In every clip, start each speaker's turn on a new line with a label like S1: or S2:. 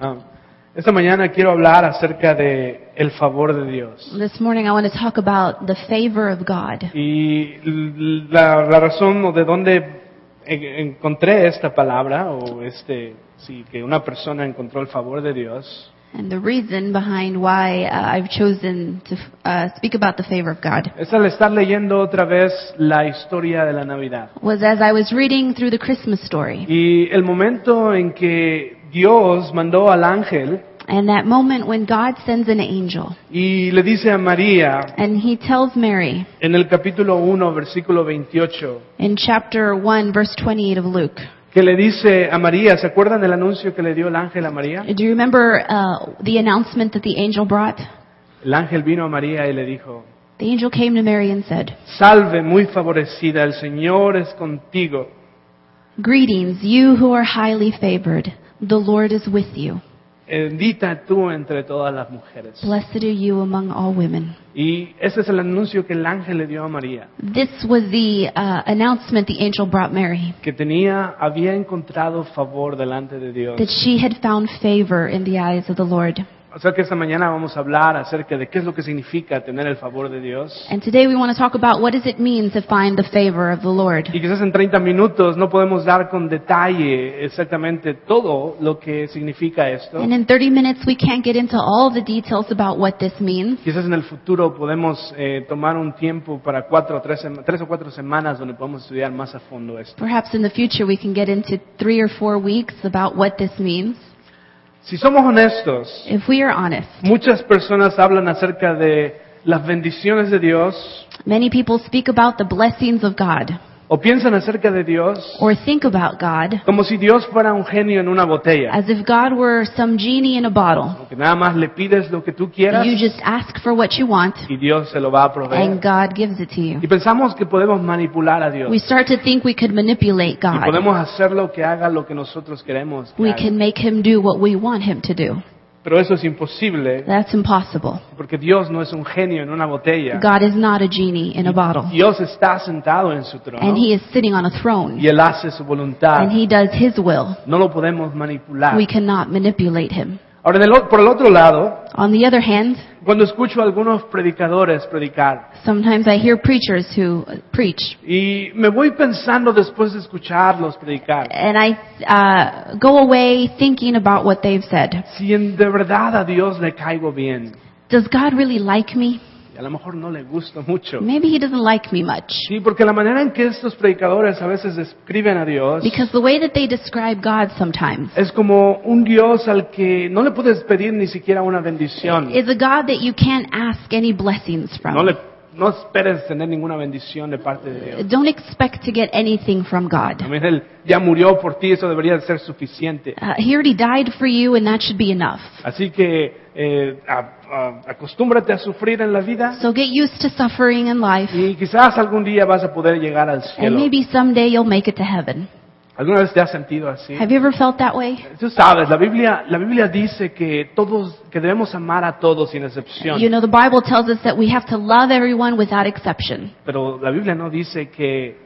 S1: Um, esta mañana quiero hablar acerca de el favor de Dios.
S2: This morning I want to talk about the favor of God.
S1: Y l- la, la razón o de dónde en- encontré esta palabra o este sí que una persona encontró el favor de Dios
S2: And the reason behind why uh, I've chosen to uh, speak about the favor of God
S1: es al estar leyendo otra vez la historia de la Navidad.
S2: was as I was reading through the Christmas story.
S1: Y el momento en que Dios mandó al ángel
S2: And that moment when God sends an angel
S1: y le dice a María
S2: and he tells Mary
S1: en el capítulo 1 versículo 28
S2: in chapter 1 verse 28 of Luke.
S1: que le dice a María, ¿se acuerdan del anuncio que le dio el ángel a María?
S2: Do you remember uh, the announcement that the angel brought?
S1: El ángel vino a María y le dijo,
S2: The angel came to Mary and said,
S1: salve muy favorecida, el Señor es contigo.
S2: Greetings, you who are highly favored. The Lord is with you.
S1: Bendita tú entre todas las mujeres.
S2: Blessed are you among all women.
S1: Y ese es el anuncio que el ángel le dio a María,
S2: This was the uh, announcement the angel brought Mary
S1: que tenía, había encontrado favor delante de
S2: that
S1: Dios.
S2: she had found favor in the eyes of the Lord.
S1: O sea que esta mañana vamos a hablar acerca de qué es lo que significa tener el favor de Dios.
S2: And today we want to talk about what does it mean to find the favor of the Lord.
S1: Y quizás en 30 minutos no podemos dar con detalle exactamente todo lo que significa esto.
S2: And in 30 minutes we can't get into all the details about what this means.
S1: Quizás en el futuro podemos eh, tomar un tiempo para cuatro o tres, sema- tres o cuatro semanas donde podemos estudiar más a fondo esto.
S2: Perhaps in the future we can get into three or four weeks about what this means.
S1: Si somos honestos,
S2: If we are honest,
S1: muchas personas hablan acerca de las bendiciones de Dios
S2: many people speak about the blessings of God
S1: o piensan acerca de Dios
S2: or think about God
S1: como si Dios fuera un genio en una botella,
S2: as if God were some genie in a bottle.
S1: que nada más le pides lo que tú quieras
S2: You just ask for what you want
S1: y Dios se lo va a proveer.
S2: and God gives it to you.
S1: Y pensamos que podemos manipular a
S2: We
S1: Dios
S2: start to think we could manipulate
S1: y
S2: God.
S1: podemos hacer lo que haga lo que nosotros queremos. que
S2: We
S1: haga.
S2: can make him do what we want him to do.
S1: Pero eso es imposible
S2: That's impossible.
S1: porque Dios no es un genio en una botella.
S2: God is not a genie in a bottle.
S1: Dios está sentado en su trono
S2: And he is sitting on a throne.
S1: y Él hace su voluntad.
S2: And he does his will.
S1: No lo podemos manipular.
S2: We cannot manipulate him.
S1: Ahora, del o- por el otro lado,
S2: On the other hand,
S1: cuando escucho a algunos predicadores predicar,
S2: sometimes I hear preachers who preach.
S1: y me voy pensando después de escucharlos predicar,
S2: And I uh, go away thinking about what they've said.
S1: si en- de verdad a Dios le caigo bien,
S2: Does God really like me?
S1: y a lo mejor no le gusto mucho.
S2: Maybe he doesn't like me much.
S1: Sí, porque la manera en que estos predicadores a veces describen a Dios
S2: Because the way that they describe God sometimes
S1: es como un Dios al que no le puedes pedir ni siquiera una bendición.
S2: is a God that you can't ask any blessings from.
S1: No, le, no esperes tener ninguna bendición de parte de Dios.
S2: Don't expect to get anything from God.
S1: A mí Él ya murió por ti, eso debería de ser suficiente.
S2: Uh, he already died for you, and that should be enough.
S1: Así que eh, a- a- acostúmbrate a sufrir en la vida
S2: So get used to suffering in life,
S1: y quizás algún día vas a poder llegar al
S2: and
S1: cielo.
S2: Eh, maybe someday you'll make it to heaven.
S1: ¿Alguna vez te has sentido así?
S2: Have you ever felt that way?
S1: Tú sabes, la Biblia, la Biblia dice que todos, que debemos amar a todos sin excepción.
S2: You know, the Bible tells us that we have to love everyone without exception.
S1: Pero la Biblia no dice que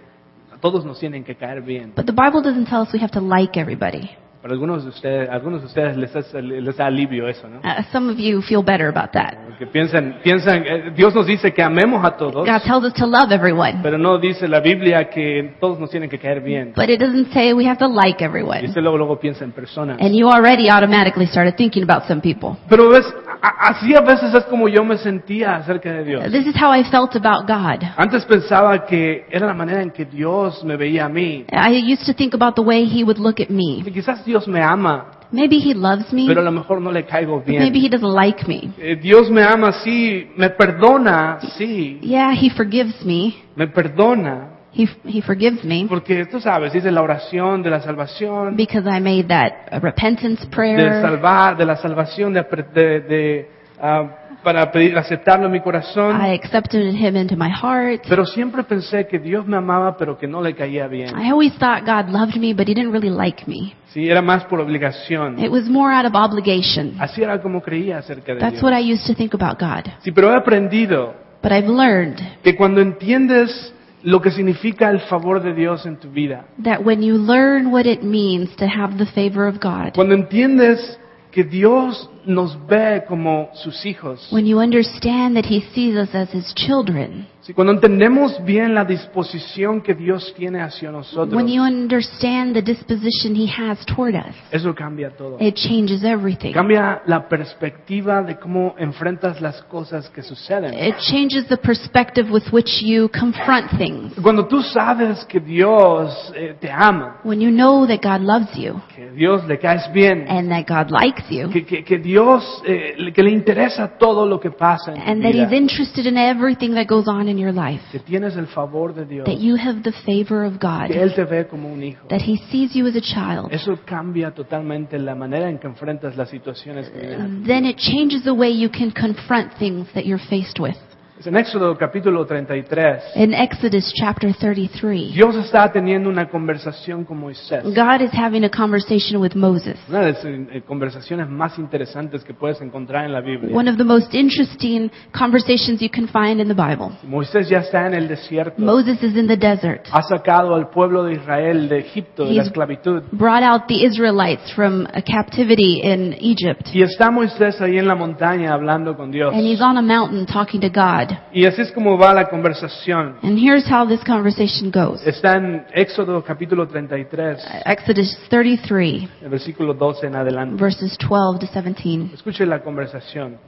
S1: a todos nos tienen que caer bien.
S2: But the Bible doesn't tell us we have to like everybody.
S1: Pero algunos de ustedes, algunos de ustedes les, hace- les da alivio eso, ¿no?
S2: Uh, some of you feel better about that.
S1: Porque piensan, piensan, eh, Dios nos dice que amemos a todos,
S2: God tells us to love everyone,
S1: pero no dice la Biblia que todos nos tienen que caer bien.
S2: but it doesn't say we have to like
S1: Y
S2: everyone.
S1: usted luego, luego piensa en personas.
S2: And you already automatically started thinking about some people.
S1: Pero ves, a- así a veces es como yo me sentía acerca de Dios.
S2: This is how I felt about God.
S1: Antes pensaba que era la manera en que Dios me veía a mí.
S2: I used to think about the way he would look at me.
S1: Y quizás Dios me ama,
S2: Maybe he loves me.
S1: pero a lo mejor no le caigo
S2: but Maybe
S1: bien.
S2: he doesn't like me.
S1: Eh, Dios me ama, sí, me perdona, sí,
S2: Yeah, he forgives me.
S1: me perdona.
S2: He, he forgives me
S1: Porque tú sabes, dice la oración de la salvación,
S2: because I made that uh, repentance
S1: de
S2: prayer.
S1: salvar, de la salvación, de, apre- de- de, ah, para pedir, aceptarlo en mi corazón.
S2: I accepted him into my heart.
S1: Pero siempre pensé que Dios me amaba, pero que no le caía bien.
S2: I always thought God loved me, but he didn't really like me.
S1: Sí, era más por obligación.
S2: It was more out of obligation.
S1: Así era como creía acerca de
S2: That's what
S1: Dios.
S2: I used to think about God.
S1: Sí, pero he aprendido
S2: But I've learned
S1: que cuando entiendes lo que significa el favor de Dios en tu vida,
S2: that when you learn what it means to have the favor of God,
S1: cuando entiendes que Dios nos ve como sus hijos,
S2: when you understand that He sees us as His children,
S1: si cuando entendemos bien la disposición que Dios tiene hacia nosotros,
S2: when you understand the disposition He has toward us,
S1: eso cambia todo.
S2: it changes everything.
S1: Cambia la perspectiva de cómo enfrentas las cosas que suceden.
S2: It changes the perspective with which you confront things.
S1: Cuando tú sabes que Dios eh, te ama,
S2: When you know that God loves you
S1: que Dios le caes bien,
S2: and that God likes you
S1: que, que- que Dios, eh, le- que le interesa todo lo que pasa en
S2: and
S1: tu
S2: that He's
S1: vida,
S2: interested in everything that goes on in your life,
S1: que tienes el favor de Dios,
S2: that you have the favor of God,
S1: que Él te ve como un hijo.
S2: that He sees you as a child,
S1: Eso cambia totalmente la manera en que enfrentas las situaciones que vienen.
S2: then it changes the way you can confront things that you're faced with.
S1: Es En Éxodo capítulo 33,
S2: In Exodus chapter 33,
S1: Dios está teniendo una conversación con Moisés.
S2: God is having a conversation with Moses.
S1: Una de las eh, conversaciones más interesantes que puedes encontrar en la Biblia.
S2: One of the most interesting conversations you can find in the Bible.
S1: Moisés ya está en el desierto.
S2: Moses is in the desert.
S1: Ha sacado al pueblo de Israel de Egipto, de la
S2: He's-
S1: esclavitud.
S2: brought out the Israelites from a captivity in Egypt.
S1: Y está Moisés ahí en la montaña hablando con Dios.
S2: And he's on a mountain talking to God.
S1: Y así es como va la conversación.
S2: And here's how this conversation goes.
S1: Está en Éxodo capítulo 33,
S2: Exodus 33,
S1: el versículo 12 en adelante.
S2: verses 12 to 17.
S1: Escuche la conversación.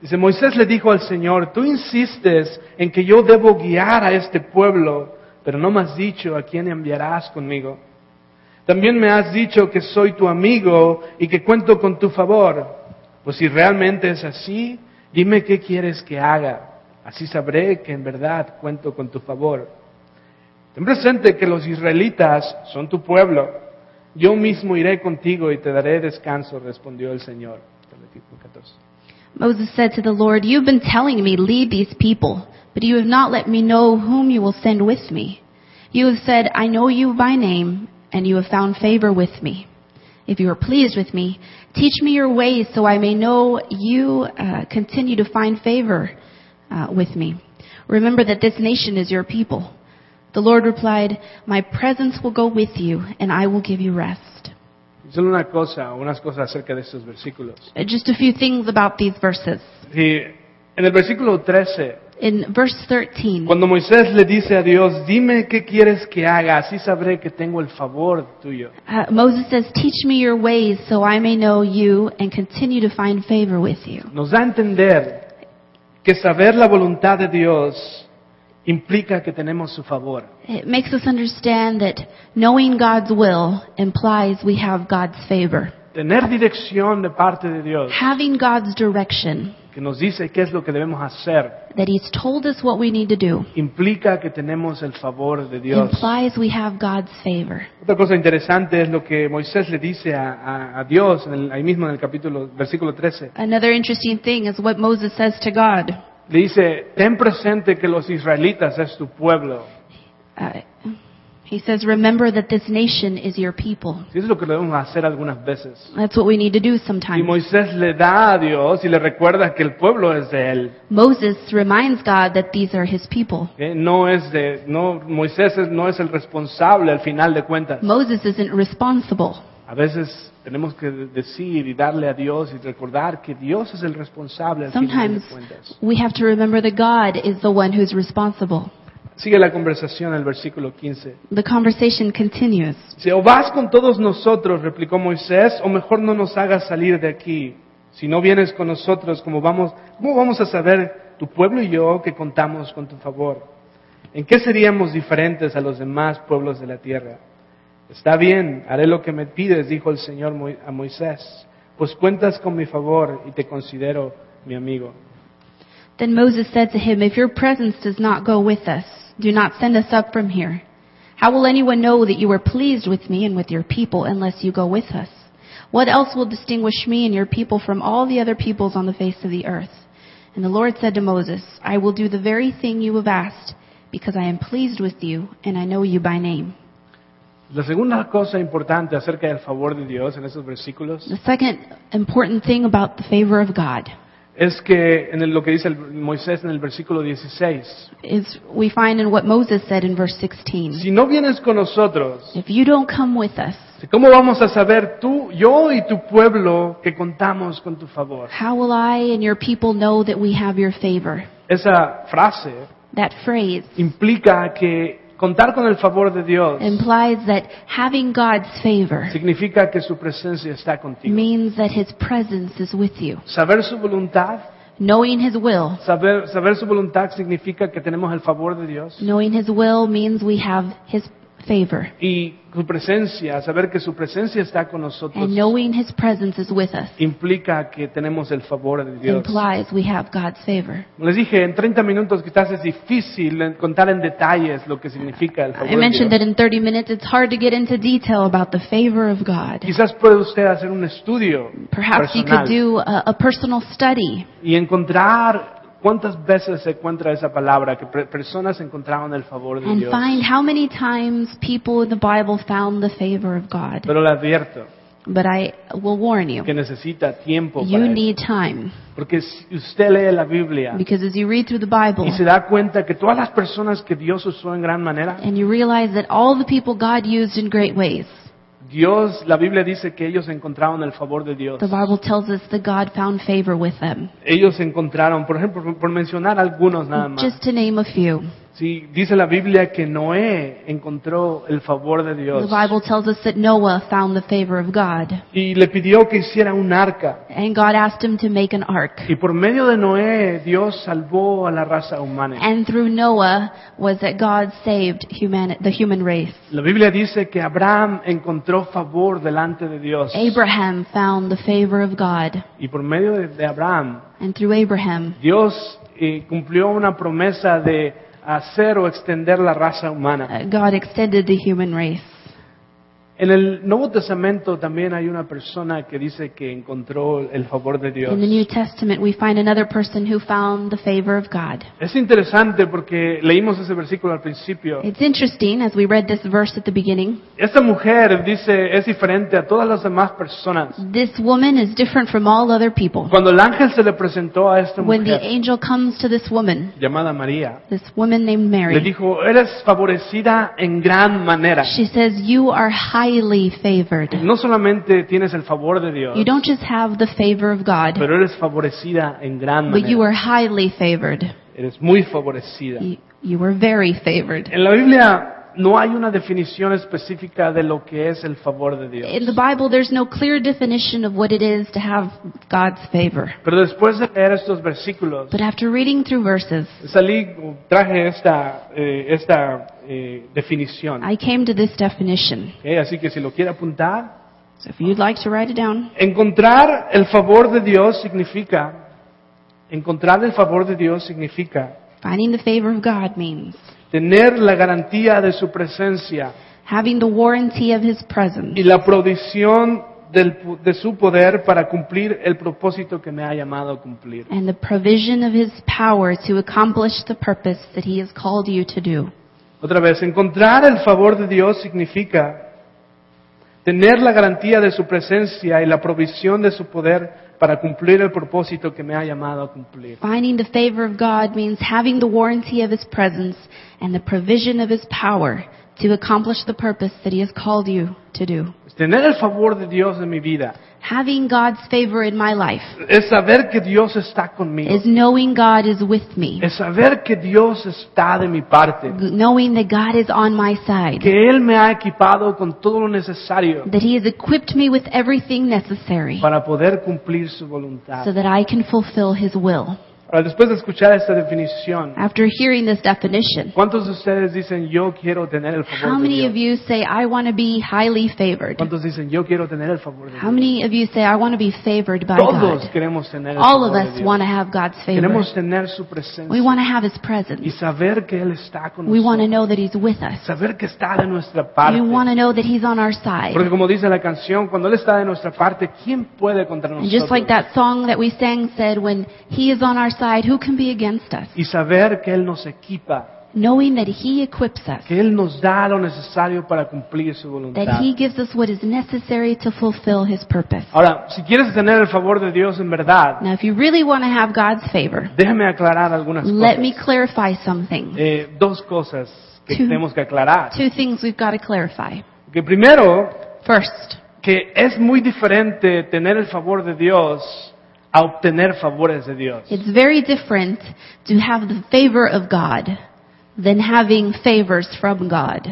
S1: Dice, Moisés le dijo al Señor, tú insistes en que yo debo guiar a este pueblo, pero no me has dicho a quién enviarás conmigo. También me has dicho que soy tu amigo y que cuento con tu favor. Pues si realmente es así, dime qué quieres que haga. Así sabré que en verdad cuento con tu favor. Ten presente que los israelitas son tu pueblo. Yo mismo iré contigo y te daré descanso, respondió el Señor. Levítico 14.
S2: Moses said to the Lord, You've been telling me, lead these people, but you have not let me know whom you will send with me. You have said, I know you by name, and you have found favor with me. If you are pleased with me, teach me your ways so I may know you uh, continue to find favor uh, with me. Remember that this nation is your people. The Lord replied, My presence will go with you, and I will give you rest.
S1: Solo una cosa, unas cosas acerca de estos versículos.
S2: Uh, Just a few things about these verses.
S1: Sí, en el versículo 13,
S2: In verse 13,
S1: cuando Moisés le dice a Dios, dime qué quieres que haga, así sabré que tengo el favor tuyo.
S2: Uh, Moses says, Teach me your ways so I may know you and continue to find favor with you.
S1: Nos da a entender que saber la voluntad de Dios implica que tenemos su favor.
S2: It makes us understand that knowing God's will implies we have God's favor.
S1: Tener dirección de parte de Dios.
S2: Having God's direction,
S1: que nos dice qué es lo que debemos hacer
S2: that He's told us what we need to do,
S1: implica que tenemos el favor de Dios.
S2: implies we have God's favor.
S1: Otra cosa interesante es lo que Moisés le dice a, a- a Dios en el- ahí mismo en el capítulo, versículo 13.
S2: Another interesting thing is what Moses says to God.
S1: Le dice, ten presente que los israelitas es tu pueblo.
S2: Uh, he says, Remember that this nation is your people.
S1: Y eso es lo que debemos hacer algunas veces.
S2: That's what we need to do
S1: Y
S2: sometimes.
S1: Moisés le da a Dios y le recuerda que el pueblo es de él.
S2: Moses reminds God that these are his people.
S1: ¿ok? No es de, no, Moisés es- no es el responsable al final de cuentas.
S2: Moses isn't responsible.
S1: A veces tenemos que decir y darle a Dios y recordar que Dios es el responsable al final
S2: Sometimes
S1: de cuentas.
S2: we have to remember that God is the one who's responsible.
S1: Sigue la conversación el versículo 15.
S2: The conversation continues.
S1: Dice, o vas con todos nosotros, replicó Moisés, o mejor no nos hagas salir de aquí. Si no vienes con nosotros, ¿cómo vamos, ¿cómo vamos a saber tu pueblo y yo que contamos con tu favor? ¿En qué seríamos diferentes a los demás pueblos de la tierra? Está bien, haré lo que me pides, dijo el Señor Mo- a Moisés, pues cuentas con mi favor y te considero mi amigo.
S2: Then Moses said to him, If your presence does not go with us, do not send us up from here. How will anyone know that you are pleased with me and with your people unless you go with us? What else will distinguish me and your people from all the other peoples on the face of the earth? And the Lord said to Moses, I will do the very thing you have asked, because I am pleased with you and I know you by name.
S1: La segunda cosa importante acerca del favor de Dios en esos versículos
S2: The second important thing about the favor of God
S1: es que en el- lo que dice el- Moisés en el versículo 16,
S2: is we find in what Moses said in verse 16.
S1: si no vienes con nosotros,
S2: If you don't come with us,
S1: ¿Cómo vamos a saber tú, yo y tu pueblo que contamos con tu favor?
S2: How will I and your people know that we have your favor?
S1: Esa frase
S2: That phrase
S1: implica que contar con el favor de Dios
S2: implies that having God's favor
S1: significa que su presencia está contigo.
S2: means that His presence is with you.
S1: Saber su voluntad,
S2: Knowing His will.
S1: saber, saber su voluntad significa que tenemos el favor de Dios.
S2: Knowing His will means we have His favor.
S1: Y su presencia, saber que su presencia está con nosotros,
S2: And knowing His presence is with us
S1: implica que tenemos el favor de Dios.
S2: implies we have God's favor.
S1: Como Les dije, en 30 minutos quizás es difícil en- contar en detalles lo que significa el favor
S2: I
S1: de
S2: mentioned that
S1: Dios.
S2: in 30 minutes it's hard to get into detail about the favor of God.
S1: Quizás puede usted hacer un estudio
S2: Perhaps you could
S1: personal
S2: do a, a personal study
S1: y encontrar cuántas veces se encuentra esa palabra, que pre- personas encontraron el favor de
S2: and
S1: Dios.
S2: find how many times people in the Bible found the favor of God.
S1: Pero le advierto
S2: But I will warn you,
S1: que necesita tiempo para
S2: you
S1: eso.
S2: need time.
S1: Porque si usted lee la Biblia
S2: Because as you read through the
S1: y
S2: Bible
S1: se da cuenta que todas las personas que Dios usó en gran manera,
S2: and you realize that all the people God used in great ways,
S1: Dios, la Biblia dice que ellos encontraron el favor de Dios.
S2: the Bible tells us that God found favor with them.
S1: Ellos encontraron, por ejemplo, por- por mencionar algunos nada más.
S2: Just to name a few,
S1: Sí, dice la Biblia que Noé encontró el favor de
S2: the
S1: Dios
S2: Bible tells us that Noah found the favor of God.
S1: y le pidió que hiciera un arca.
S2: And God asked him to make an ark.
S1: Y por medio de Noé, Dios salvó a la raza humana.
S2: And through Noah was that God saved human, the human race.
S1: La Biblia dice que Abraham encontró favor delante de Dios.
S2: Abraham found the favor of God.
S1: Y por medio de, de Abraham,
S2: And through Abraham,
S1: Dios eh, cumplió una promesa de hacer o extender la raza humana.
S2: uh, God extended the human race.
S1: En el Nuevo Testamento también hay una persona que dice que encontró el favor de Dios.
S2: In the New Testament, we find another person who found the favor of God.
S1: Es interesante porque leímos ese versículo al principio.
S2: It's interesting, as we read this verse at the beginning,
S1: Esta mujer dice es diferente a todas las demás personas.
S2: this woman is different from all other people.
S1: Cuando el ángel se le presentó a esta
S2: When the
S1: mujer
S2: angel comes to this woman,
S1: llamada María,
S2: this woman named
S1: le
S2: Mary,
S1: dijo, eres favorecida en gran manera.
S2: she says, You are highly favored.
S1: No solamente tienes el favor de Dios,
S2: You don't just have the favor of God,
S1: pero eres favorecida en gran
S2: but you
S1: manera.
S2: are highly favored.
S1: Eres muy favorecida.
S2: You, you were very favored.
S1: En la Biblia no hay una definición específica de lo que es el favor de Dios.
S2: In the Bible, there's no clear definition of what it is to have God's favor.
S1: Pero después de leer estos versículos,
S2: But after reading through verses,
S1: salí, traje esta, eh, esta eh, definición.
S2: I came to this definition.
S1: Ok, Así que si lo quiere apuntar,
S2: So if you'd like to write it down,
S1: encontrar el favor de Dios significa, encontrar el favor de Dios significa
S2: finding the favor of God means
S1: tener la garantía de su presencia
S2: having the warranty of His presence
S1: y la provisión del pu- de su poder para cumplir el propósito que me ha llamado a cumplir.
S2: and the provision of His power to accomplish the purpose that He has called you to do.
S1: Otra vez, encontrar el favor de Dios significa tener la garantía de su presencia y la provisión de su poder para cumplir el propósito que me ha llamado a cumplir.
S2: Finding the favor of God means having the warranty of His presence and the provision of His power to accomplish the purpose that He has called you to do.
S1: Es Tener el favor de Dios en mi vida
S2: Having God's favor in my life
S1: es saber que Dios está conmigo,
S2: is knowing God is with me,
S1: es saber que Dios está de mi parte,
S2: knowing that God is on my side,
S1: que Él me ha equipado con todo lo necesario
S2: that He has equipped me with everything necessary
S1: para poder cumplir su voluntad.
S2: so that I can fulfill His will.
S1: Ahora, después de escuchar esta definición,
S2: After hearing this definition,
S1: ¿cuántos de ustedes dicen yo quiero tener el
S2: how
S1: favor de
S2: many of
S1: Dios?
S2: you say, I want to be highly favored?
S1: ¿Cuántos dicen yo quiero tener el favor de
S2: How
S1: Dios?
S2: many of you say, I want to be favored by
S1: Todos
S2: God?
S1: queremos tener el
S2: All
S1: favor
S2: of
S1: de
S2: us
S1: Dios.
S2: want to have God's favor.
S1: Queremos tener su
S2: We
S1: presencia
S2: want to have His
S1: y
S2: presence.
S1: saber que Él está con
S2: We want
S1: nosotros.
S2: to know that He's with us.
S1: Saber que está de nuestra
S2: We
S1: parte.
S2: want to know that He's on our side.
S1: Porque como dice la canción, cuando Él está de nuestra parte, ¿quién puede contra
S2: And just
S1: nosotros?
S2: like that song that we sang said, when He is on our side, who can be against us?
S1: Y saber que Él nos equipa,
S2: Knowing that He equips us,
S1: que Él nos da lo necesario para cumplir su
S2: that
S1: voluntad.
S2: He gives us what is necessary to fulfill His purpose.
S1: Ahora, si quieres tener el favor de Dios en verdad,
S2: Now, if you really want to have God's favor,
S1: déjame aclarar algunas
S2: let me
S1: cosas.
S2: clarify something.
S1: Eh, dos cosas que
S2: Two.
S1: tenemos que aclarar.
S2: Two things we've got to clarify.
S1: Que primero,
S2: First,
S1: que es muy diferente tener el favor de Dios a obtener favores de Dios.
S2: it's very different to have the favor of God than having favors from God.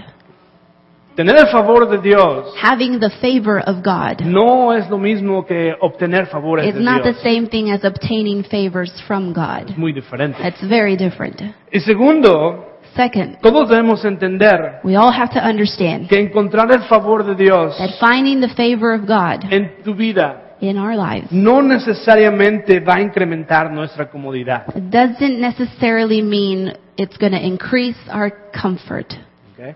S1: Tener el favor de Dios
S2: Having the favor of God
S1: no es lo mismo que obtener favores
S2: is
S1: de
S2: not the
S1: Dios.
S2: same thing as obtaining favors from God.
S1: Es muy diferente.
S2: That's very different.
S1: Y segundo,
S2: Second,
S1: todos debemos entender
S2: we all have to understand
S1: que encontrar el favor de Dios
S2: that finding the favor of God
S1: en tu vida
S2: in our lives
S1: no necesariamente va a incrementar nuestra comodidad.
S2: doesn't necessarily mean it's going to increase our comfort.
S1: ¿ok?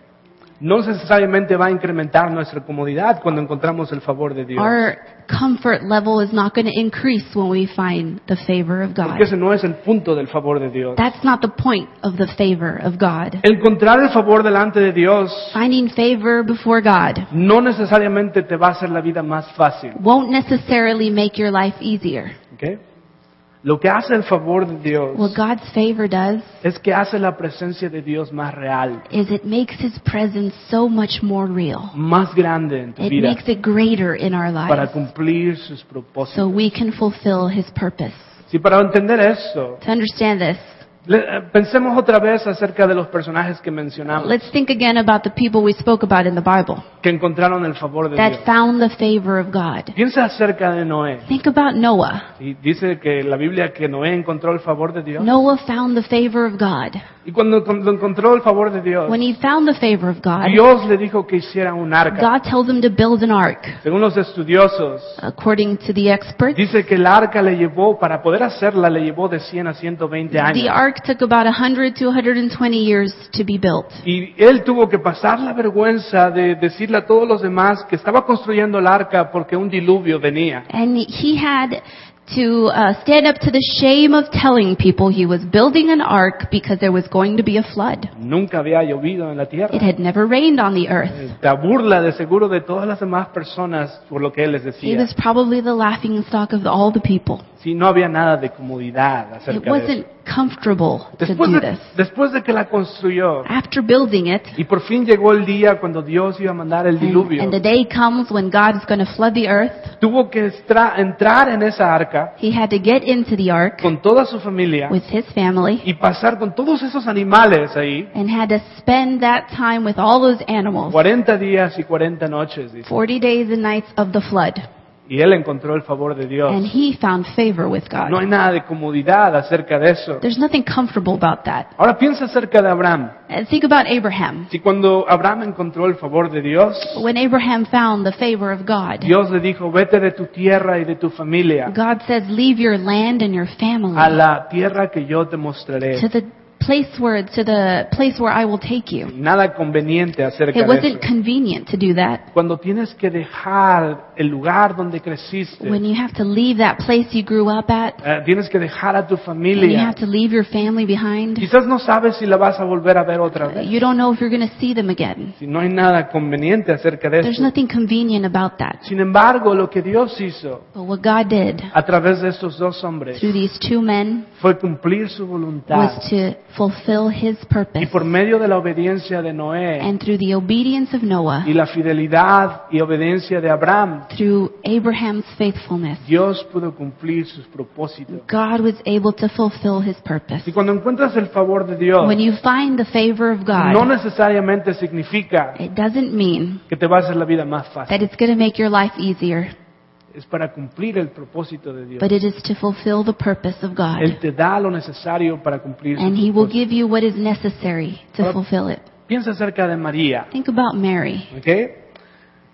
S1: No necesariamente va a incrementar nuestra comodidad cuando encontramos el favor de Dios.
S2: Our comfort level is not going to increase when we find the favor of God.
S1: Porque ese no es el punto del favor de Dios.
S2: That's not the point of the favor of God.
S1: Encontrar el favor delante de Dios
S2: Finding favor before God
S1: no necesariamente te va a hacer la vida más fácil.
S2: won't necessarily make your life easier.
S1: ¿ok? Lo que hace el favor de
S2: What
S1: Dios
S2: God's favor does
S1: es que hace la presencia de Dios más real,
S2: is it makes His presence so much more real.
S1: más grande en tu
S2: It
S1: vida
S2: makes it greater in our
S1: para
S2: lives
S1: cumplir sus
S2: so
S1: propósitos.
S2: we can fulfill His purpose.
S1: Si para entender eso,
S2: To understand this,
S1: le- eh, pensemos otra vez acerca de los personajes que mencionamos
S2: let's think again about the people we spoke about in the Bible
S1: que encontraron el favor de Dios.
S2: that found the favor of God.
S1: Piensa acerca de Noé.
S2: Think about Noah.
S1: Y dice que la Biblia que Noé encontró el favor de Dios.
S2: Noah found the favor of God.
S1: Y cuando, cuando encontró el favor de Dios,
S2: When he found the favor of God,
S1: Dios le dijo que hiciera un arca.
S2: God tells him to build an ark.
S1: Según los estudiosos,
S2: According to the experts,
S1: dice que el arca le llevó, para poder hacerla, le llevó de 100 a 120
S2: the
S1: años.
S2: ark took about 100 to 120 years to be built.
S1: Y él tuvo que pasar la vergüenza de decirle a todos los demás que estaba construyendo el arca porque un diluvio venía.
S2: And he had to uh, stand up to the shame of telling people he was building an ark because there was going to be a flood.
S1: Nunca había llovido en la tierra.
S2: It had never rained on the earth.
S1: La burla de seguro de todas las demás personas por lo que él les
S2: He
S1: decía.
S2: was probably the laughing stock of all the people.
S1: Sí, no había nada de comodidad
S2: It
S1: acerca de eso.
S2: wasn't comfortable to
S1: Después
S2: do
S1: de,
S2: this.
S1: después de que la construyó
S2: After building it,
S1: y por fin llegó el día cuando Dios iba a mandar el
S2: and,
S1: diluvio,
S2: and the day comes when God is going to flood the earth,
S1: tuvo que estra- entrar en esa arca
S2: he had to get into the ark
S1: con toda su familia
S2: with his family
S1: y pasar con todos esos animales ahí
S2: and had to spend that time with all those animals
S1: 40 días y 40 noches. dice.
S2: 40 days and nights of the flood.
S1: Y él encontró el favor de
S2: And
S1: Dios.
S2: he found favor with God.
S1: No hay nada de comodidad acerca de eso.
S2: There's nothing comfortable about that.
S1: Ahora piensa acerca de Abraham.
S2: And think about Abraham.
S1: Si cuando Abraham encontró el favor de Dios,
S2: When Abraham found the favor of God,
S1: Dios le dijo, vete de tu tierra y de tu familia
S2: God says, Leave your land and your family
S1: a la tierra que yo te mostraré.
S2: to the place where to the place where I will take you.
S1: nada conveniente acerca
S2: It
S1: de eso.
S2: wasn't convenient to do that.
S1: Cuando tienes que dejar el lugar donde creciste,
S2: When you have to leave that place you grew up at,
S1: eh, tienes que dejar a tu
S2: and you
S1: familia.
S2: have to leave your family behind,
S1: Quizás no sabes si la vas a volver a ver otra vez.
S2: Uh, you don't know if you're going to see them again.
S1: Si no hay nada conveniente acerca de
S2: There's
S1: eso.
S2: nothing convenient about that.
S1: Sin embargo, lo que Dios hizo
S2: But what God did
S1: a través de estos dos hombres
S2: through these two men
S1: fue cumplir su voluntad.
S2: was to fulfill his
S1: Y
S2: purpose.
S1: por medio de la obediencia de Noé
S2: And through the obedience of
S1: y
S2: Noah,
S1: la fidelidad y obediencia de Abraham,
S2: through Abraham's faithfulness,
S1: Dios pudo cumplir sus propósitos.
S2: God was able to fulfill his purpose.
S1: Y cuando encuentras el favor de Dios,
S2: When you find the favor of
S1: no
S2: God, eh,
S1: necesariamente significa
S2: it doesn't mean
S1: que te va a hacer la vida más fácil.
S2: that it's going to make your life easier,
S1: Es para cumplir el propósito de Dios.
S2: but it is to fulfill the purpose of God.
S1: Él te da lo necesario para cumplir su
S2: And he will
S1: propósito.
S2: give you what is necessary to
S1: Ahora-
S2: fulfill it.
S1: Piensa acerca de María.
S2: Think about Mary.
S1: ¿ok?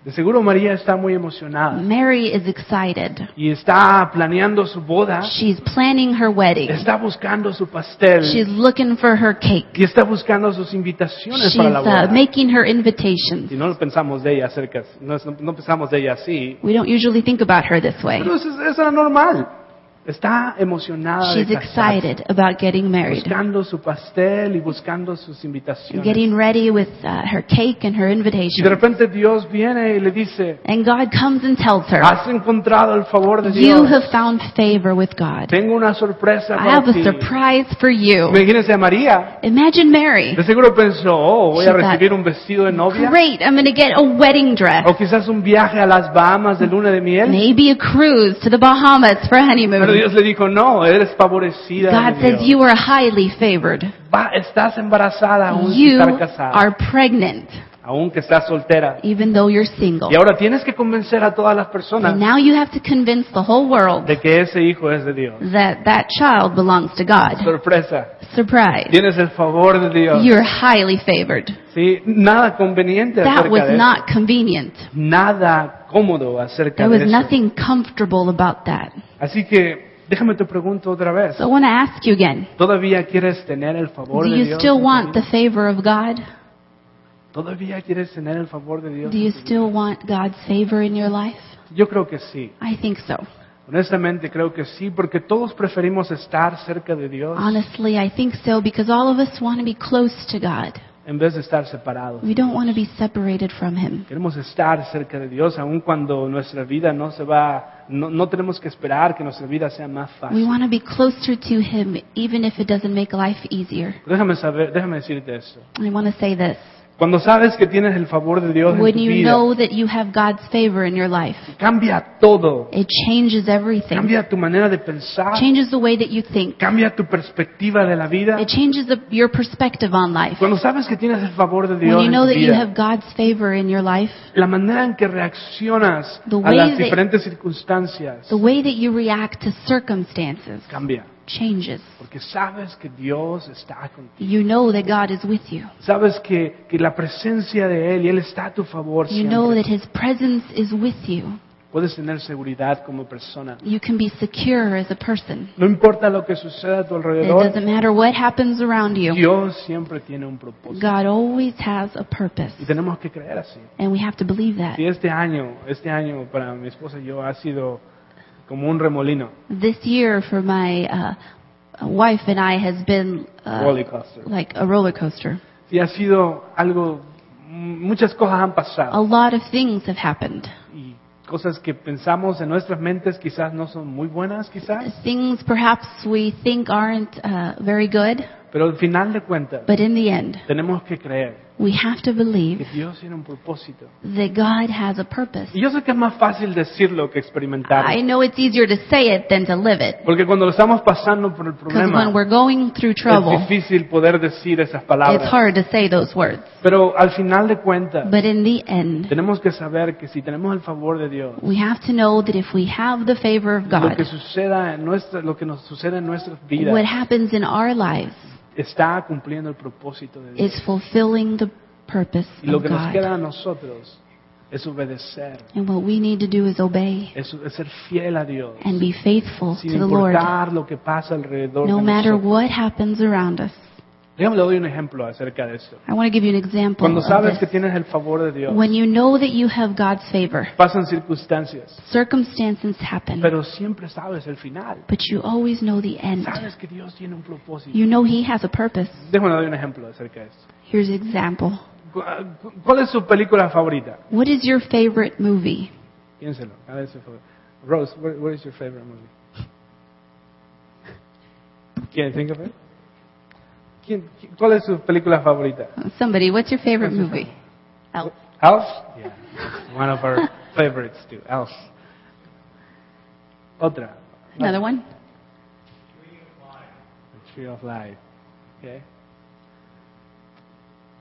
S1: De seguro María está muy emocionada
S2: Mary is excited.
S1: y está planeando su boda,
S2: She's planning her wedding.
S1: está buscando su pastel
S2: She's looking for her cake.
S1: y está buscando sus invitaciones
S2: She's
S1: para la
S2: uh,
S1: boda.
S2: making her
S1: Y
S2: invitations.
S1: no lo pensamos de ella acerca, no, no pensamos de ella así,
S2: We don't usually think about her this way,
S1: pero eso es, eso era normal. Está emocionada de
S2: She's
S1: casarse,
S2: excited about getting married,
S1: buscando su pastel y buscando sus invitaciones.
S2: getting ready with uh, her cake and her
S1: Y de
S2: invitation.
S1: repente Dios viene y le dice,
S2: And God comes and tells her,
S1: has encontrado el favor de
S2: You
S1: Dios.
S2: have found favor with God.
S1: Tengo una sorpresa
S2: I have
S1: para
S2: a
S1: ti.
S2: surprise for you.
S1: Imagínense a María.
S2: Imagine Mary.
S1: De seguro pensó, oh, voy a
S2: She thought,
S1: recibir un vestido de novia.
S2: Great, I'm going to get a wedding dress.
S1: O quizás un viaje a las Bahamas de luna de miel.
S2: Maybe a cruise to the Bahamas for a
S1: Pero
S2: honeymoon.
S1: Dios le dijo, no, eres favorecida.
S2: God
S1: de
S2: says
S1: Dios.
S2: you are highly favored.
S1: Va- estás embarazada aún sin
S2: You
S1: estar casada,
S2: are pregnant,
S1: aún que estás soltera.
S2: even though you're single.
S1: Y ahora tienes que convencer a todas las
S2: And
S1: personas
S2: now you have to convince the whole world
S1: de que ese hijo es de Dios.
S2: that that child belongs to God.
S1: Sorpresa.
S2: Surprise.
S1: Tienes el favor de Dios.
S2: You're highly favored.
S1: Sí, nada conveniente
S2: That
S1: acerca
S2: was
S1: de eso.
S2: not convenient.
S1: Nada cómodo acerca
S2: There was
S1: de eso.
S2: nothing comfortable about that.
S1: Así que déjame te pregunto otra vez.
S2: So I want to ask you again.
S1: ¿Todavía quieres tener el favor
S2: Do
S1: de
S2: you
S1: Dios?
S2: still
S1: en tu
S2: want
S1: vida?
S2: the favor of God?
S1: ¿Todavía quieres tener el favor de Dios?
S2: Do you
S1: en tu vida?
S2: still want God's favor in your life?
S1: Yo creo que sí.
S2: I think so.
S1: Honestamente creo que sí, porque todos preferimos estar cerca de Dios
S2: Honestly, I think so because all of us want to be close to God.
S1: en vez de estar separados.
S2: We don't want to be separated from Him.
S1: Queremos estar cerca de Dios, aun cuando nuestra vida no se va, no, no tenemos que esperar que nuestra vida sea más
S2: We
S1: fácil.
S2: want to be closer to Him even if it doesn't make life easier.
S1: Déjame saber, déjame decirte esto.
S2: I want to say this.
S1: Cuando sabes que tienes el favor de Dios en
S2: When
S1: tu
S2: you
S1: vida,
S2: know that you have God's favor in your life,
S1: cambia todo.
S2: it changes everything.
S1: Cambia tu manera de pensar,
S2: changes the way that you think.
S1: cambia tu perspectiva de la vida.
S2: It changes the, your perspective on life.
S1: Cuando sabes que tienes el favor de
S2: When
S1: Dios
S2: you
S1: en
S2: know
S1: tu
S2: that you
S1: vida,
S2: have God's favor in your life,
S1: la manera en que reaccionas
S2: The
S1: a
S2: way
S1: las
S2: that-
S1: diferentes circunstancias
S2: the way that you react to circumstances
S1: cambia.
S2: changes.
S1: Porque sabes que Dios está contigo.
S2: You know that God is with you.
S1: Sabes que, que la presencia de Él y Él está a tu favor
S2: You know
S1: siempre.
S2: that His presence is with you.
S1: Puedes tener seguridad como persona.
S2: You can be secure as a person.
S1: No importa lo que suceda a tu
S2: It
S1: alrededor,
S2: doesn't matter what happens around you.
S1: Dios siempre tiene un propósito.
S2: God always has a purpose,
S1: Y tenemos que creer así.
S2: and we have to believe that.
S1: Y este año, este año para mi esposa y yo ha sido como un remolino.
S2: This year, for my uh, wife and I, has been uh,
S1: Roller coaster.
S2: like a roller coaster.
S1: Y ha sido algo, muchas cosas han
S2: A
S1: pasado.
S2: lot of things have happened.
S1: Y cosas que pensamos en nuestras mentes quizás no son muy buenas, quizás.
S2: Things perhaps we think aren't uh, very good,
S1: Pero al final de cuentas,
S2: but in the end,
S1: tenemos que creer
S2: we have to believe
S1: que Dios tiene un propósito.
S2: that God has a purpose.
S1: Y yo sé que es más fácil decirlo que
S2: I
S1: experimentarlo.
S2: know it's easier to say it than to live it.
S1: Porque cuando lo estamos pasando por el
S2: Because when
S1: problema,
S2: we're going through
S1: es
S2: trouble,
S1: difícil poder decir esas
S2: it's
S1: palabras.
S2: hard to say those words.
S1: Pero al final de cuentas,
S2: But in the end,
S1: tenemos que saber que si tenemos el favor de Dios,
S2: we have to know that if we have the favor of
S1: lo
S2: God,
S1: que suceda en nuestra, lo que nos sucede en nuestras
S2: what
S1: vidas
S2: happens in our lives
S1: está cumpliendo el propósito de Dios.
S2: is fulfilling the purpose
S1: Y lo
S2: of
S1: que nos queda
S2: God.
S1: a nosotros es obedecer,
S2: And what we need to do is obey
S1: es, es ser fiel a Dios,
S2: and be faithful
S1: sin
S2: to the Lord,
S1: importar lo que pasa alrededor
S2: no
S1: de
S2: matter
S1: nosotros.
S2: what happens around us.
S1: Déjame le doy un ejemplo acerca de esto.
S2: I want to give you an example
S1: Cuando
S2: of
S1: sabes que
S2: this.
S1: tienes el favor de Dios,
S2: When you know that you have God's favor,
S1: pasan circunstancias,
S2: circumstances happen,
S1: pero siempre sabes el final.
S2: but you always know the end.
S1: Sabes que Dios tiene un propósito.
S2: You know He has a purpose.
S1: Déjame le doy un ejemplo acerca de esto.
S2: Here's an example.
S1: Cu- ¿Cuál es su película favorita?
S2: What is your favorite movie?
S1: Piénselo. ¿cuál es su favor- Rose, what, what is your favorite movie? ¿Quién think of it? ¿Quién- qui- ¿Cuál es su película favorita?
S2: Somebody, what's your favorite movie? Oh, Elf.
S1: Elf? Yeah. One of our favorites too. Elf. Otra.
S2: Another one?
S1: The Tree of Life. Okay.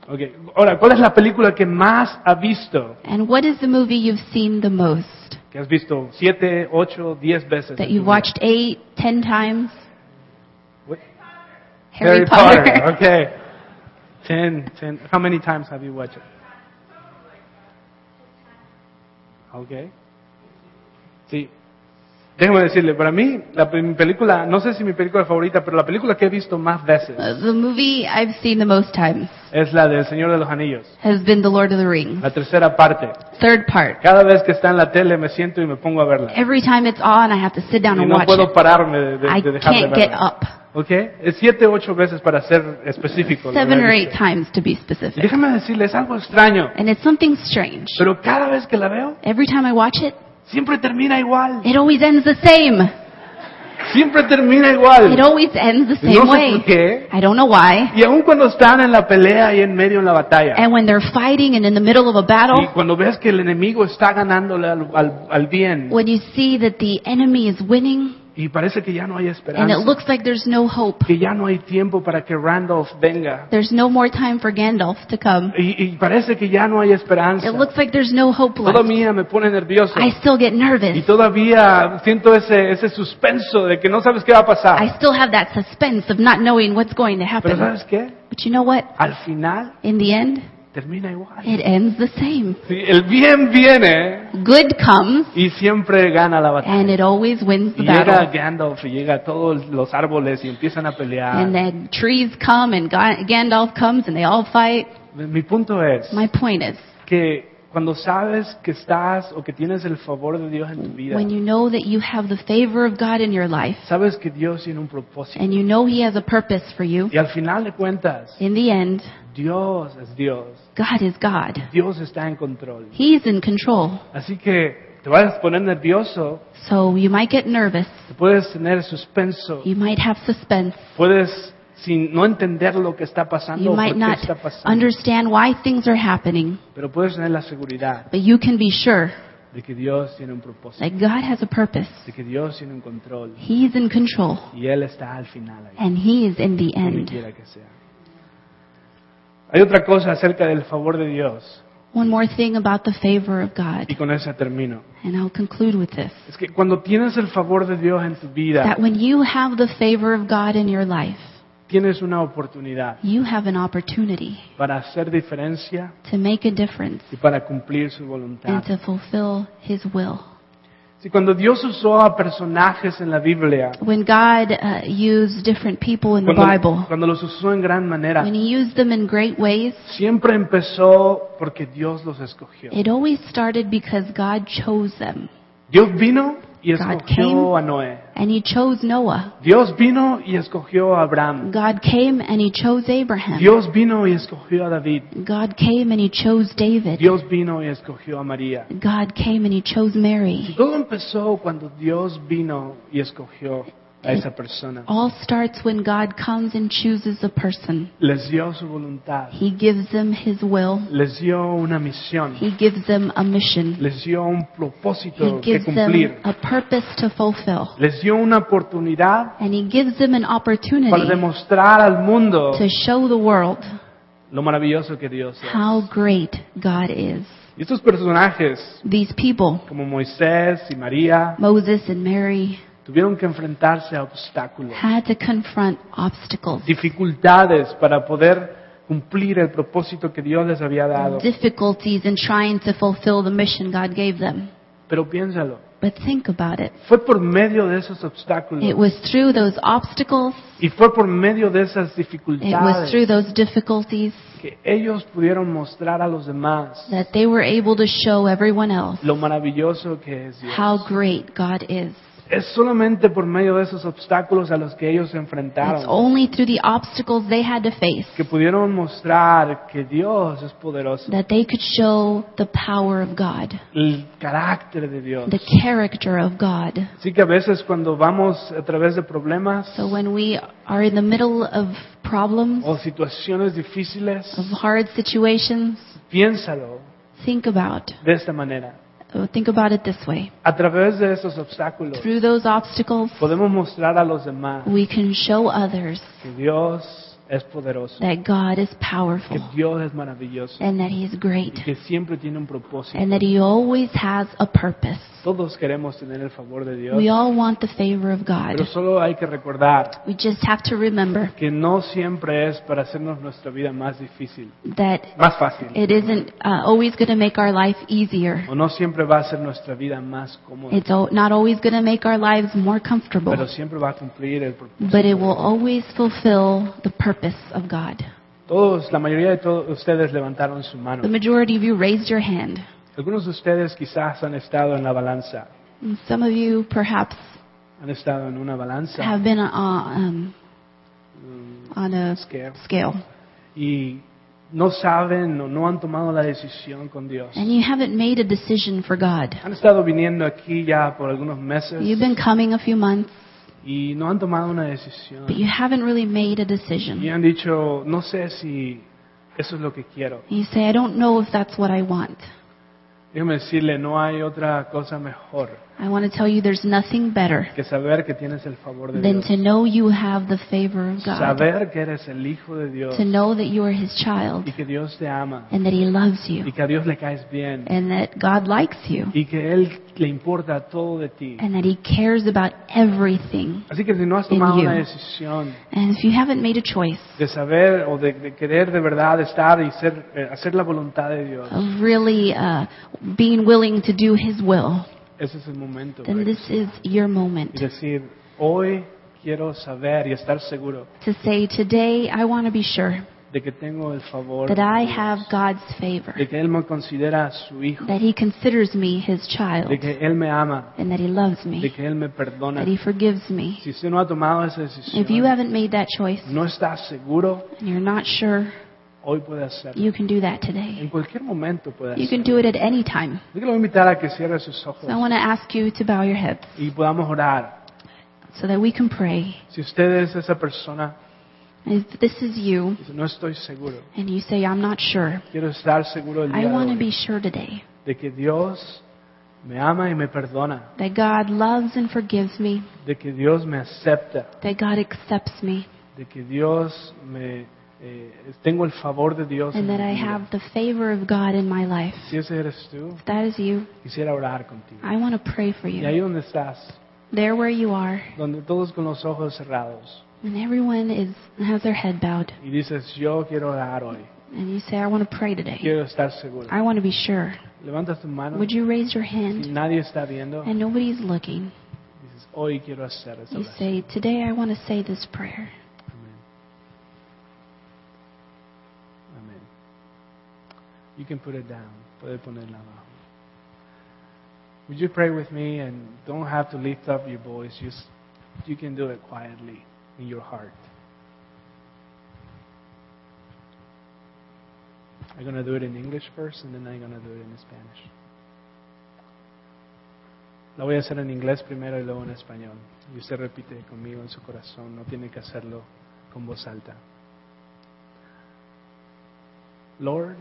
S1: Okay. Ahora, ¿cuál es la película que más ha visto?
S2: And what is the movie you've seen the most?
S1: Que has visto siete, ocho, diez veces.
S2: That
S1: en
S2: you've
S1: tu vida?
S2: watched eight, ten times?
S1: What?
S2: Harry, Potter.
S1: Okay. Ten, ten. How many times have you watched it? Okay. Sí. Déjame decirle, para mí, la, pe- mi película, no sé si mi película favorita, pero la película que he visto más veces
S2: Uh, The movie I've seen the most times
S1: es la del Señor de los Anillos,
S2: has been The Lord of the Rings.
S1: la tercera parte.
S2: Third part.
S1: Cada vez que está en la tele me siento y me pongo a verla.
S2: Every time it's on, I have to sit down
S1: Y
S2: and
S1: no
S2: watch
S1: puedo
S2: it.
S1: pararme de, de-
S2: I
S1: de dejar de
S2: can't get
S1: verla.
S2: up.
S1: ¿Ok? Es siete, ocho veces para ser específico. lo
S2: Seven
S1: he
S2: or
S1: dicho.
S2: eight times to be
S1: Y
S2: specific.
S1: déjame decirle, es algo extraño,
S2: And it's something strange.
S1: pero cada vez que la veo,
S2: Every time I watch it,
S1: siempre termina igual.
S2: it always ends the same.
S1: Siempre termina
S2: It
S1: igual.
S2: always ends the
S1: Y
S2: same
S1: no sé por
S2: way.
S1: qué.
S2: I don't know why.
S1: Y aun cuando están en la pelea y en medio en la batalla,
S2: And when they're fighting and in the middle of a
S1: y
S2: battle,
S1: cuando ves que el enemigo está ganándole al, al- al bien,
S2: when you see that the enemy is winning
S1: y parece que ya no hay
S2: and it
S1: esperanza,
S2: looks like there's no hope,
S1: que ya no hay tiempo para que Randolph venga,
S2: there's no more time for Gandalf to come.
S1: y, y parece que ya no hay esperanza,
S2: It looks like there's no hope left.
S1: todavía me pone nervioso.
S2: I still get
S1: Y
S2: nervous.
S1: todavía siento ese, ese suspenso de que no sabes qué va a pasar.
S2: I still have that suspense of not knowing what's going to
S1: Pero
S2: happen.
S1: ¿sabes qué?
S2: But you know what?
S1: Al final
S2: In the end,
S1: termina igual.
S2: it ends the same.
S1: Sí, el bien viene
S2: Good comes,
S1: y siempre gana la batalla.
S2: and it always wins the
S1: Y llega
S2: battle.
S1: Gandalf y llega a todos los árboles y empiezan a pelear.
S2: And then trees come, and Ga- Gandalf comes, and they all fight.
S1: Mi punto es
S2: My point is,
S1: que cuando sabes que estás o que tienes el favor de Dios en tu vida,
S2: when you know that you have the favor of God in your life,
S1: sabes que Dios tiene un propósito.
S2: and you know He has a purpose for you,
S1: Y al final de cuentas,
S2: in the end,
S1: Dios es Dios.
S2: God is God.
S1: Dios está en control.
S2: He's in control.
S1: Así que te vas a poner nervioso,
S2: So you might get nervous.
S1: te puedes tener suspenso,
S2: You might have suspense.
S1: puedes sin no entender lo que está pasando
S2: You
S1: o por
S2: might
S1: qué
S2: not
S1: está pasando,
S2: understand why things are happening.
S1: pero puedes tener la seguridad
S2: But you can be sure
S1: de que Dios tiene un propósito,
S2: that God has a purpose.
S1: de que Dios tiene un control.
S2: He's in control,
S1: Y Él está al final ahí,
S2: and He is in the
S1: donde
S2: end.
S1: quiera que sea. Hay otra cosa acerca del favor de Dios,
S2: One more thing about the favor of
S1: y
S2: God,
S1: con eso termino.
S2: and I'll conclude with this.
S1: Es que cuando tienes el favor de Dios en tu vida,
S2: That when you have the favor of God in your life,
S1: tienes una oportunidad
S2: you have an opportunity
S1: para hacer diferencia
S2: to make a difference
S1: y para cumplir su voluntad.
S2: and to fulfill His will.
S1: Si cuando Dios usó a personajes en la Biblia,
S2: When God uh, used different people in the
S1: cuando,
S2: Bible,
S1: cuando los usó en gran manera,
S2: when He used them in great ways,
S1: siempre empezó porque Dios los escogió.
S2: it always started because God chose them.
S1: Dios vino y
S2: God
S1: escogió
S2: came.
S1: a Noé.
S2: And He chose Noah.
S1: Dios vino y escogió a Abraham.
S2: God came and He chose Abraham.
S1: Dios vino y escogió a David.
S2: God came and He chose David.
S1: Dios vino y escogió a María.
S2: God came and He chose
S1: Y
S2: Mary.
S1: todo empezó cuando Dios vino y escogió a esa persona.
S2: All starts when God comes and chooses a person.
S1: Les dio su voluntad.
S2: He gives them His will.
S1: Les dio una misión.
S2: He gives them a mission.
S1: Les dio un
S2: He
S1: propósito que
S2: gives
S1: cumplir.
S2: them a purpose to fulfill.
S1: Les dio una oportunidad
S2: And He gives them an
S1: para
S2: opportunity
S1: demostrar al mundo
S2: to show the world
S1: lo maravilloso que Dios es.
S2: how great God is.
S1: Y estos personajes,
S2: These people,
S1: como Moisés y María,
S2: Moses and Mary,
S1: tuvieron que enfrentarse a obstáculos,
S2: had to confront obstacles,
S1: dificultades para poder cumplir el propósito que Dios les había dado.
S2: difficulties in trying to fulfill the mission God gave them.
S1: Pero piénsalo,
S2: But think about it.
S1: fue por medio de esos
S2: It
S1: obstáculos
S2: was through those obstacles,
S1: y fue por medio de esas
S2: it was
S1: dificultades
S2: through those difficulties
S1: que ellos pudieron mostrar a los demás
S2: that they were able to show everyone else
S1: lo maravilloso que es Dios.
S2: how great God is.
S1: Es solamente por medio de esos obstáculos a los que ellos se
S2: It's
S1: enfrentaron
S2: only through the obstacles they had to face
S1: que pudieron mostrar que Dios es poderoso,
S2: that they could show the power of God,
S1: el carácter de Dios.
S2: the character of God.
S1: Así que a veces cuando vamos a través de problemas
S2: So when we are in the middle of problems,
S1: o situaciones difíciles,
S2: of hard situations,
S1: piénsalo
S2: think about
S1: de esta manera.
S2: think about it this way.
S1: A través de esos obstáculos
S2: Through those obstacles,
S1: podemos mostrar a los demás
S2: we can show others
S1: que Dios es poderoso,
S2: that God is
S1: que
S2: powerful
S1: Dios es maravilloso
S2: and that He is great
S1: y que siempre tiene un propósito.
S2: and that He always has a purpose.
S1: Todos queremos tener el favor de Dios,
S2: We all want the favor of God.
S1: pero solo hay que recordar
S2: We just have to remember
S1: que no siempre es para hacernos nuestra vida más difícil,
S2: that
S1: más fácil,
S2: it isn't uh, always going to make our life easier.
S1: o no siempre va a ser nuestra vida más cómoda,
S2: It's al- not always going to make our lives more comfortable,
S1: pero siempre va a cumplir el propósito.
S2: but it will always fulfill the purpose of God.
S1: Todos, la mayoría de todos ustedes levantaron su mano.
S2: The majority of you raised your hand.
S1: Algunos de ustedes quizás han estado en la balanza,
S2: And Some of you perhaps
S1: han estado en una balanza
S2: have been uh, um, on a
S1: Scale.
S2: scale,
S1: y no saben o no han tomado la decisión con Dios.
S2: and you haven't made a decision for God.
S1: Han estado viniendo aquí ya por algunos meses
S2: You've been coming a few months,
S1: y no han tomado una decisión.
S2: but you haven't really made
S1: Y
S2: a decision.
S1: han dicho, no sé si eso es lo que quiero.
S2: You say, I don't know if that's what I want.
S1: Déjame decirle, no hay otra cosa mejor
S2: I want to tell you there's nothing better
S1: que saber que tienes el favor de
S2: than
S1: Dios.
S2: to know you have the favor of God,
S1: Saber que eres el hijo de Dios
S2: to know that you are His child,
S1: y que Dios te ama
S2: and that He loves
S1: y
S2: you,
S1: que a Dios le caes bien
S2: and that God likes you,
S1: y que Él le importa todo de ti.
S2: and that He cares about everything.
S1: Así que si no has
S2: In
S1: tomado
S2: you.
S1: una decisión
S2: And if you haven't made a choice
S1: de saber o de, de querer de verdad estar y ser, eh, hacer la voluntad de Dios,
S2: of really uh, being willing to do His will,
S1: ese es el momento.
S2: then
S1: para
S2: this is your moment
S1: Y decir, hoy quiero saber y estar seguro
S2: to say, Today I want to be sure
S1: de que tengo el favor
S2: that I
S1: de Dios,
S2: have God's favor,
S1: de que Él me considera su hijo,
S2: that He considers me His child,
S1: de que Él me ama,
S2: and that He loves
S1: de
S2: me,
S1: que Él me perdona.
S2: that He forgives me.
S1: Si usted no ha tomado esa
S2: If you
S1: decisión,
S2: haven't made that choice
S1: no está seguro,
S2: and you're not sure,
S1: hoy puede hacerlo.
S2: you can do that today.
S1: En cualquier momento puede
S2: You can
S1: hacerlo.
S2: do it at any time.
S1: Yo lo voy a invitar a que cierre sus ojos
S2: So I want to ask you to bow your heads
S1: y podamos orar.
S2: so that we can pray.
S1: Si usted es esa persona,
S2: And If this is you
S1: dice, no estoy seguro,
S2: and you say, I'm not sure,
S1: quiero estar seguro el
S2: I
S1: día de,
S2: want to
S1: hoy
S2: be sure today
S1: de que Dios me ama y me perdona,
S2: that God loves and forgives me,
S1: de que Dios me acepta,
S2: that God accepts me,
S1: de que Dios me... eh, tengo el favor de Dios. en
S2: and that
S1: mi
S2: I
S1: vida.
S2: have the favor of God in my life.
S1: Si ese eres tú,
S2: If that is you,
S1: quisiera orar contigo.
S2: I want to pray for
S1: Y ahí
S2: you.
S1: donde estás,
S2: There where you are,
S1: donde todos con los ojos cerrados,
S2: and everyone is has their head bowed,
S1: y dices, yo quiero orar hoy,
S2: and you say, I want to pray today.
S1: quiero estar seguro.
S2: I want to be sure.
S1: Levanta tu mano,
S2: Would you raise your
S1: si
S2: hand?
S1: nadie está viendo,
S2: And nobody's looking.
S1: dices, hoy quiero hacer esa
S2: You
S1: oración.
S2: say, Today I want to say this prayer.
S1: Amén. Amén. You can put it down. Puede ponerla abajo. Would you pray with me and don't have to lift up your voice. Just you can do it quietly in your heart. I'm going to do it in English first and then I'm going to do it in Spanish. La voy a hacer en inglés primero y luego en español. Y usted repite conmigo en su corazón, no tiene que hacerlo con voz alta. Lord,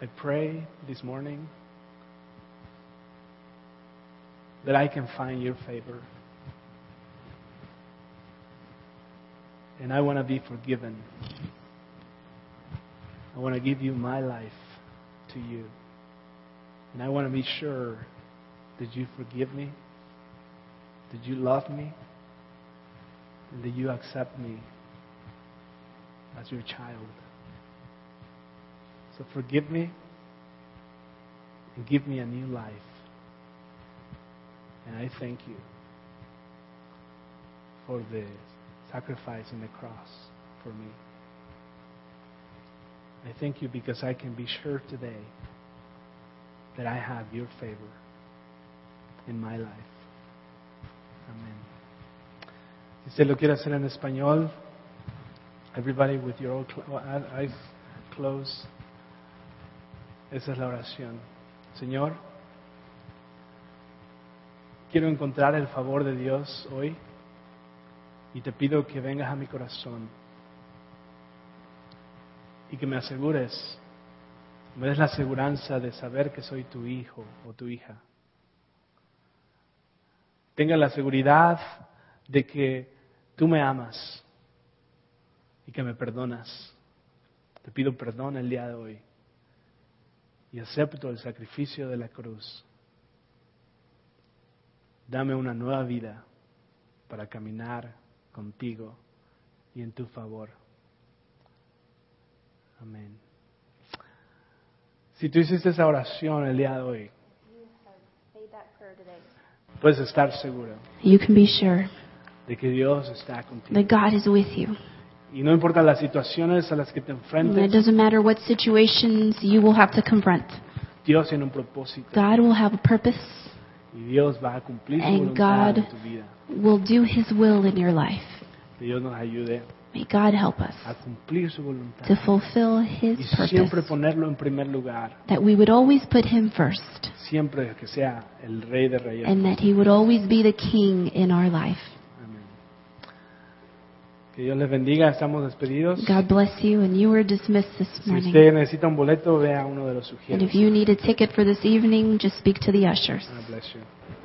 S1: I pray this morning that I can find your favor. And I want to be forgiven. I want to give you my life to you. And I want to be sure that you forgive me, that you love me, and that you accept me as your child. So forgive me and give me a new life. And I thank you for the sacrifice on the cross for me. I thank you because I can be sure today that I have your favor in my life. Amén. Si usted lo quiere hacer en español, everybody with your all cl- uh, eyes closed, esa es la oración. Señor, quiero encontrar el favor de Dios hoy y te pido que vengas a mi corazón y que me asegures me des la aseguranza de saber que soy tu hijo o tu hija. Tenga la seguridad de que tú me amas y que me perdonas. Te pido perdón el día de hoy y acepto el sacrificio de la cruz. Dame una nueva vida para caminar contigo y en tu favor. Amén. Si tú hiciste esa oración el día de hoy,
S3: Made that prayer today.
S1: puedes estar seguro
S2: You can be sure
S1: de que Dios está contigo.
S2: that God is with you.
S1: Y no importa las situaciones a las que te
S2: And it
S1: enfrentes,
S2: doesn't matter what situations you will have to confront.
S1: Dios tiene un propósito
S2: God will have a purpose,
S1: y Dios va a cumplir su
S2: And
S1: voluntad
S2: God-
S1: en tu vida.
S2: will do His will in your life.
S1: Que Dios nos ayude
S2: May God help us
S1: a cumplir su voluntad
S2: to fulfill His
S1: y siempre
S2: purpose,
S1: ponerlo en primer lugar,
S2: that we would always put Him first,
S1: siempre que sea el Rey de Reyes.
S2: and that He would always be the King in our life.
S1: Amén. Que Dios les bendiga, estamos despedidos.
S2: God bless you, and you are dismissed this
S1: Si
S2: morning.
S1: usted necesita un boleto, vea a uno de los
S2: And
S1: sugieres.
S2: if you need a ticket for this evening, just speak to the ushers.
S1: God bless you.